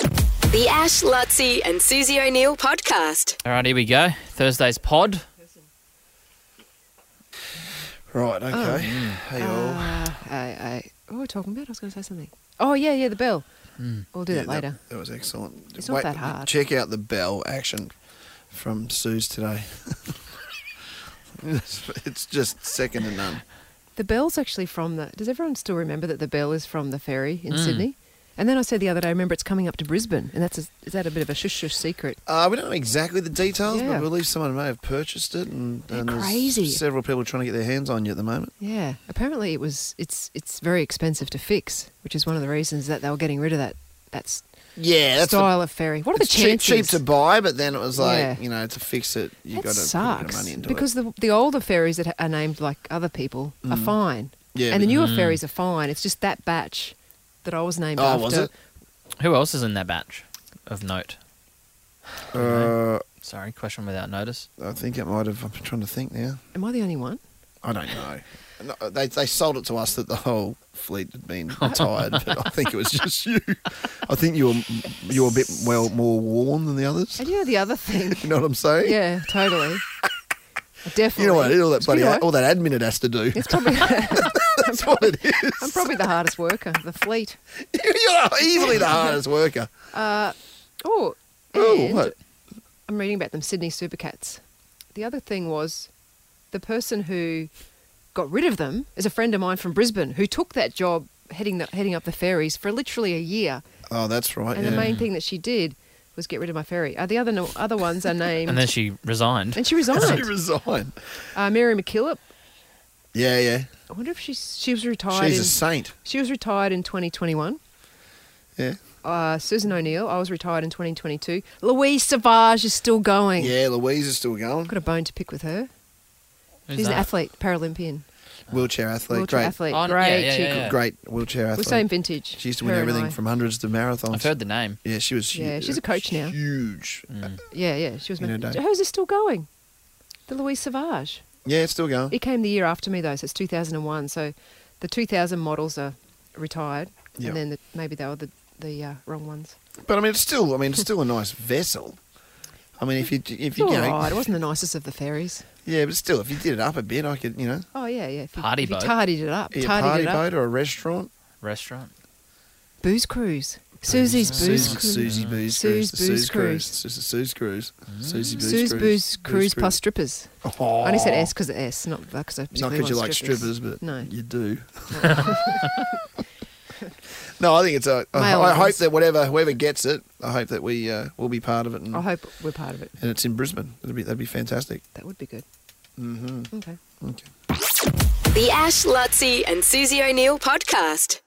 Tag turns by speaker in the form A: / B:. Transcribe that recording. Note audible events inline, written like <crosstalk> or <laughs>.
A: The Ash, Lutzi, and Susie O'Neill podcast.
B: All right, here we go. Thursday's pod.
C: Oh,
D: Right, okay. hey,
C: Uh,
D: all.
C: I, I, what were we talking about? I was going to say something. Oh, yeah, yeah, the bell. We'll do
D: Hmm. Yeah,
C: that later.
D: That, was excellent.
C: It's not that hard.
D: Check out the bell action from Sue's
C: <laughs>
D: today. <laughs> it's, it's just second to none.
C: The bell's actually from the. Does everyone still remember that the bell is from the ferry
D: Hmm.
C: in Sydney? And then I said the other day, I remember it's coming up to Brisbane, and that's a, is that a bit of a shush shush secret?
D: Uh, we don't know exactly the details, but
C: Yeah.
D: we believe someone may have purchased it, and,
C: They're
D: and there's
C: crazy.
D: several people trying to get their hands on you at the moment.
C: Yeah, apparently it was. It's it's very expensive to fix, which is one of the reasons that they were getting rid of that that s-
D: Yeah, that's
C: style of ferry. What are the
D: it's cheap,
C: chances?
D: cheap to buy, but then it was like
C: Yeah.
D: you know to fix it, you
C: that
D: got to put a bit of
C: sucks
D: money into
C: because the the older ferries that are named like other people are
D: Hmm.
C: fine,
D: Yeah,
C: and the
D: but-
C: newer ferries are fine. It's just that batch that I was named
D: Oh,
C: after.
D: was it?
B: Who else is in that batch of note?
D: it. Uh,
B: Sorry, question without notice.
D: I think it might have. I'm trying to think now.
C: Am I the only one?
D: I don't know. No, They, they sold it to us that the whole fleet had been
C: <laughs> Oh.
D: retired, but I think it was just you. I think you were you were a bit well more worn than the others.
C: And you know the
D: <laughs>
C: other thing.
D: You know what I'm saying?
C: yeah, totally. Definitely.
D: You know what? All that
C: It's
D: bloody
C: good, right?
D: all that admin it has to do. <laughs>
C: It's probably <laughs>
D: That's what it is.
C: I'm probably the hardest worker. of The fleet.
D: <laughs> You're
C: <laughs>
D: easily the hardest worker.
C: Oh,
D: Oh,
C: and
D: what?
C: I'm reading about them Sydney Supercats. The other thing was the person who got rid of them is a friend of mine from Brisbane who took that job heading the, heading up the ferries for literally a year.
D: Oh, that's right.
C: And
D: yeah.
C: the main thing that she did was get rid of my ferry. Uh, the other no,
D: <laughs>
C: other ones are named
B: And then she resigned.
C: and she
D: She
C: resigned.
D: resigned.
C: Uh, Mary McKillop.
D: Yeah, yeah.
C: I wonder if she she was retired.
D: She's a
C: in,
D: saint.
C: she was retired in 2021.
D: Yeah.
C: uh, Susan O'Neill. I was retired in 2022. Louise Savage is still going.
D: Yeah, Louise is still going.
C: Got a bone to pick with her.
B: Who's
C: She's an
B: that?
C: athlete, Paralympian,
D: Wheelchair athlete.
C: wheelchair
D: great,
C: athlete.
B: Oh, yeah,
C: Great
B: yeah,
C: chick.
B: yeah, yeah.
D: great wheelchair
C: We're
D: athlete.
C: same vintage.
D: She used to win
C: her and
D: everything
C: I.
D: from hundreds to marathons.
B: I've heard the name.
D: Yeah, she was.
C: Yeah,
D: hu-
C: she's a coach now.
D: Huge.
C: Yeah, yeah. She was.
D: In her
C: my-
D: day.
C: Hers is still going. The Louise Savage.
D: Yeah, it's still going.
C: It came the year after me though, so it's 2001. So the 2000 models are retired,
D: Yeah.
C: and then the, maybe they were the the uh, wrong ones.
D: But I mean, it's still. I mean, it's still a nice vessel. I mean, if you if
C: It's
D: you,
C: all
D: you know,
C: right. It wasn't the nicest of the ferries.
D: yeah, but still, if you did it up a bit, I could, you know,
C: Oh yeah, yeah. If you,
B: Party
C: if you
B: boat.
C: tardied it up,
D: a
C: tardied
D: party
C: it up.
D: boat or a restaurant.
B: Restaurant.
C: Booze cruise. Susie's booze
D: Susie,
C: cruise.
D: Susie Booze Mm. Cruise.
C: Sue's
D: the
C: Booze
D: Sue's
C: Cruise.
D: Sue's- Sue's Cruise. Susie Booze
C: Sue's
D: Cruise.
C: booze cruise plus
D: Cruise.
C: strippers.
D: Oh.
C: I only said S because of S, not because I
D: Not
C: particularly
D: because you
C: want
D: like strippers, but
C: No.
D: you
C: <laughs>
D: do. no, I think it's a. I
C: Male
D: I hope
C: ones.
D: that whatever whoever gets it, I hope that we uh, will be part of it, and,
C: I hope we're part of it.
D: and it's in Brisbane. That'd be that'd be fantastic.
C: That would be good.
D: Mm-hmm.
C: Okay.
D: Okay.
A: The Ash, Lutzi, and Susie O'Neill podcast.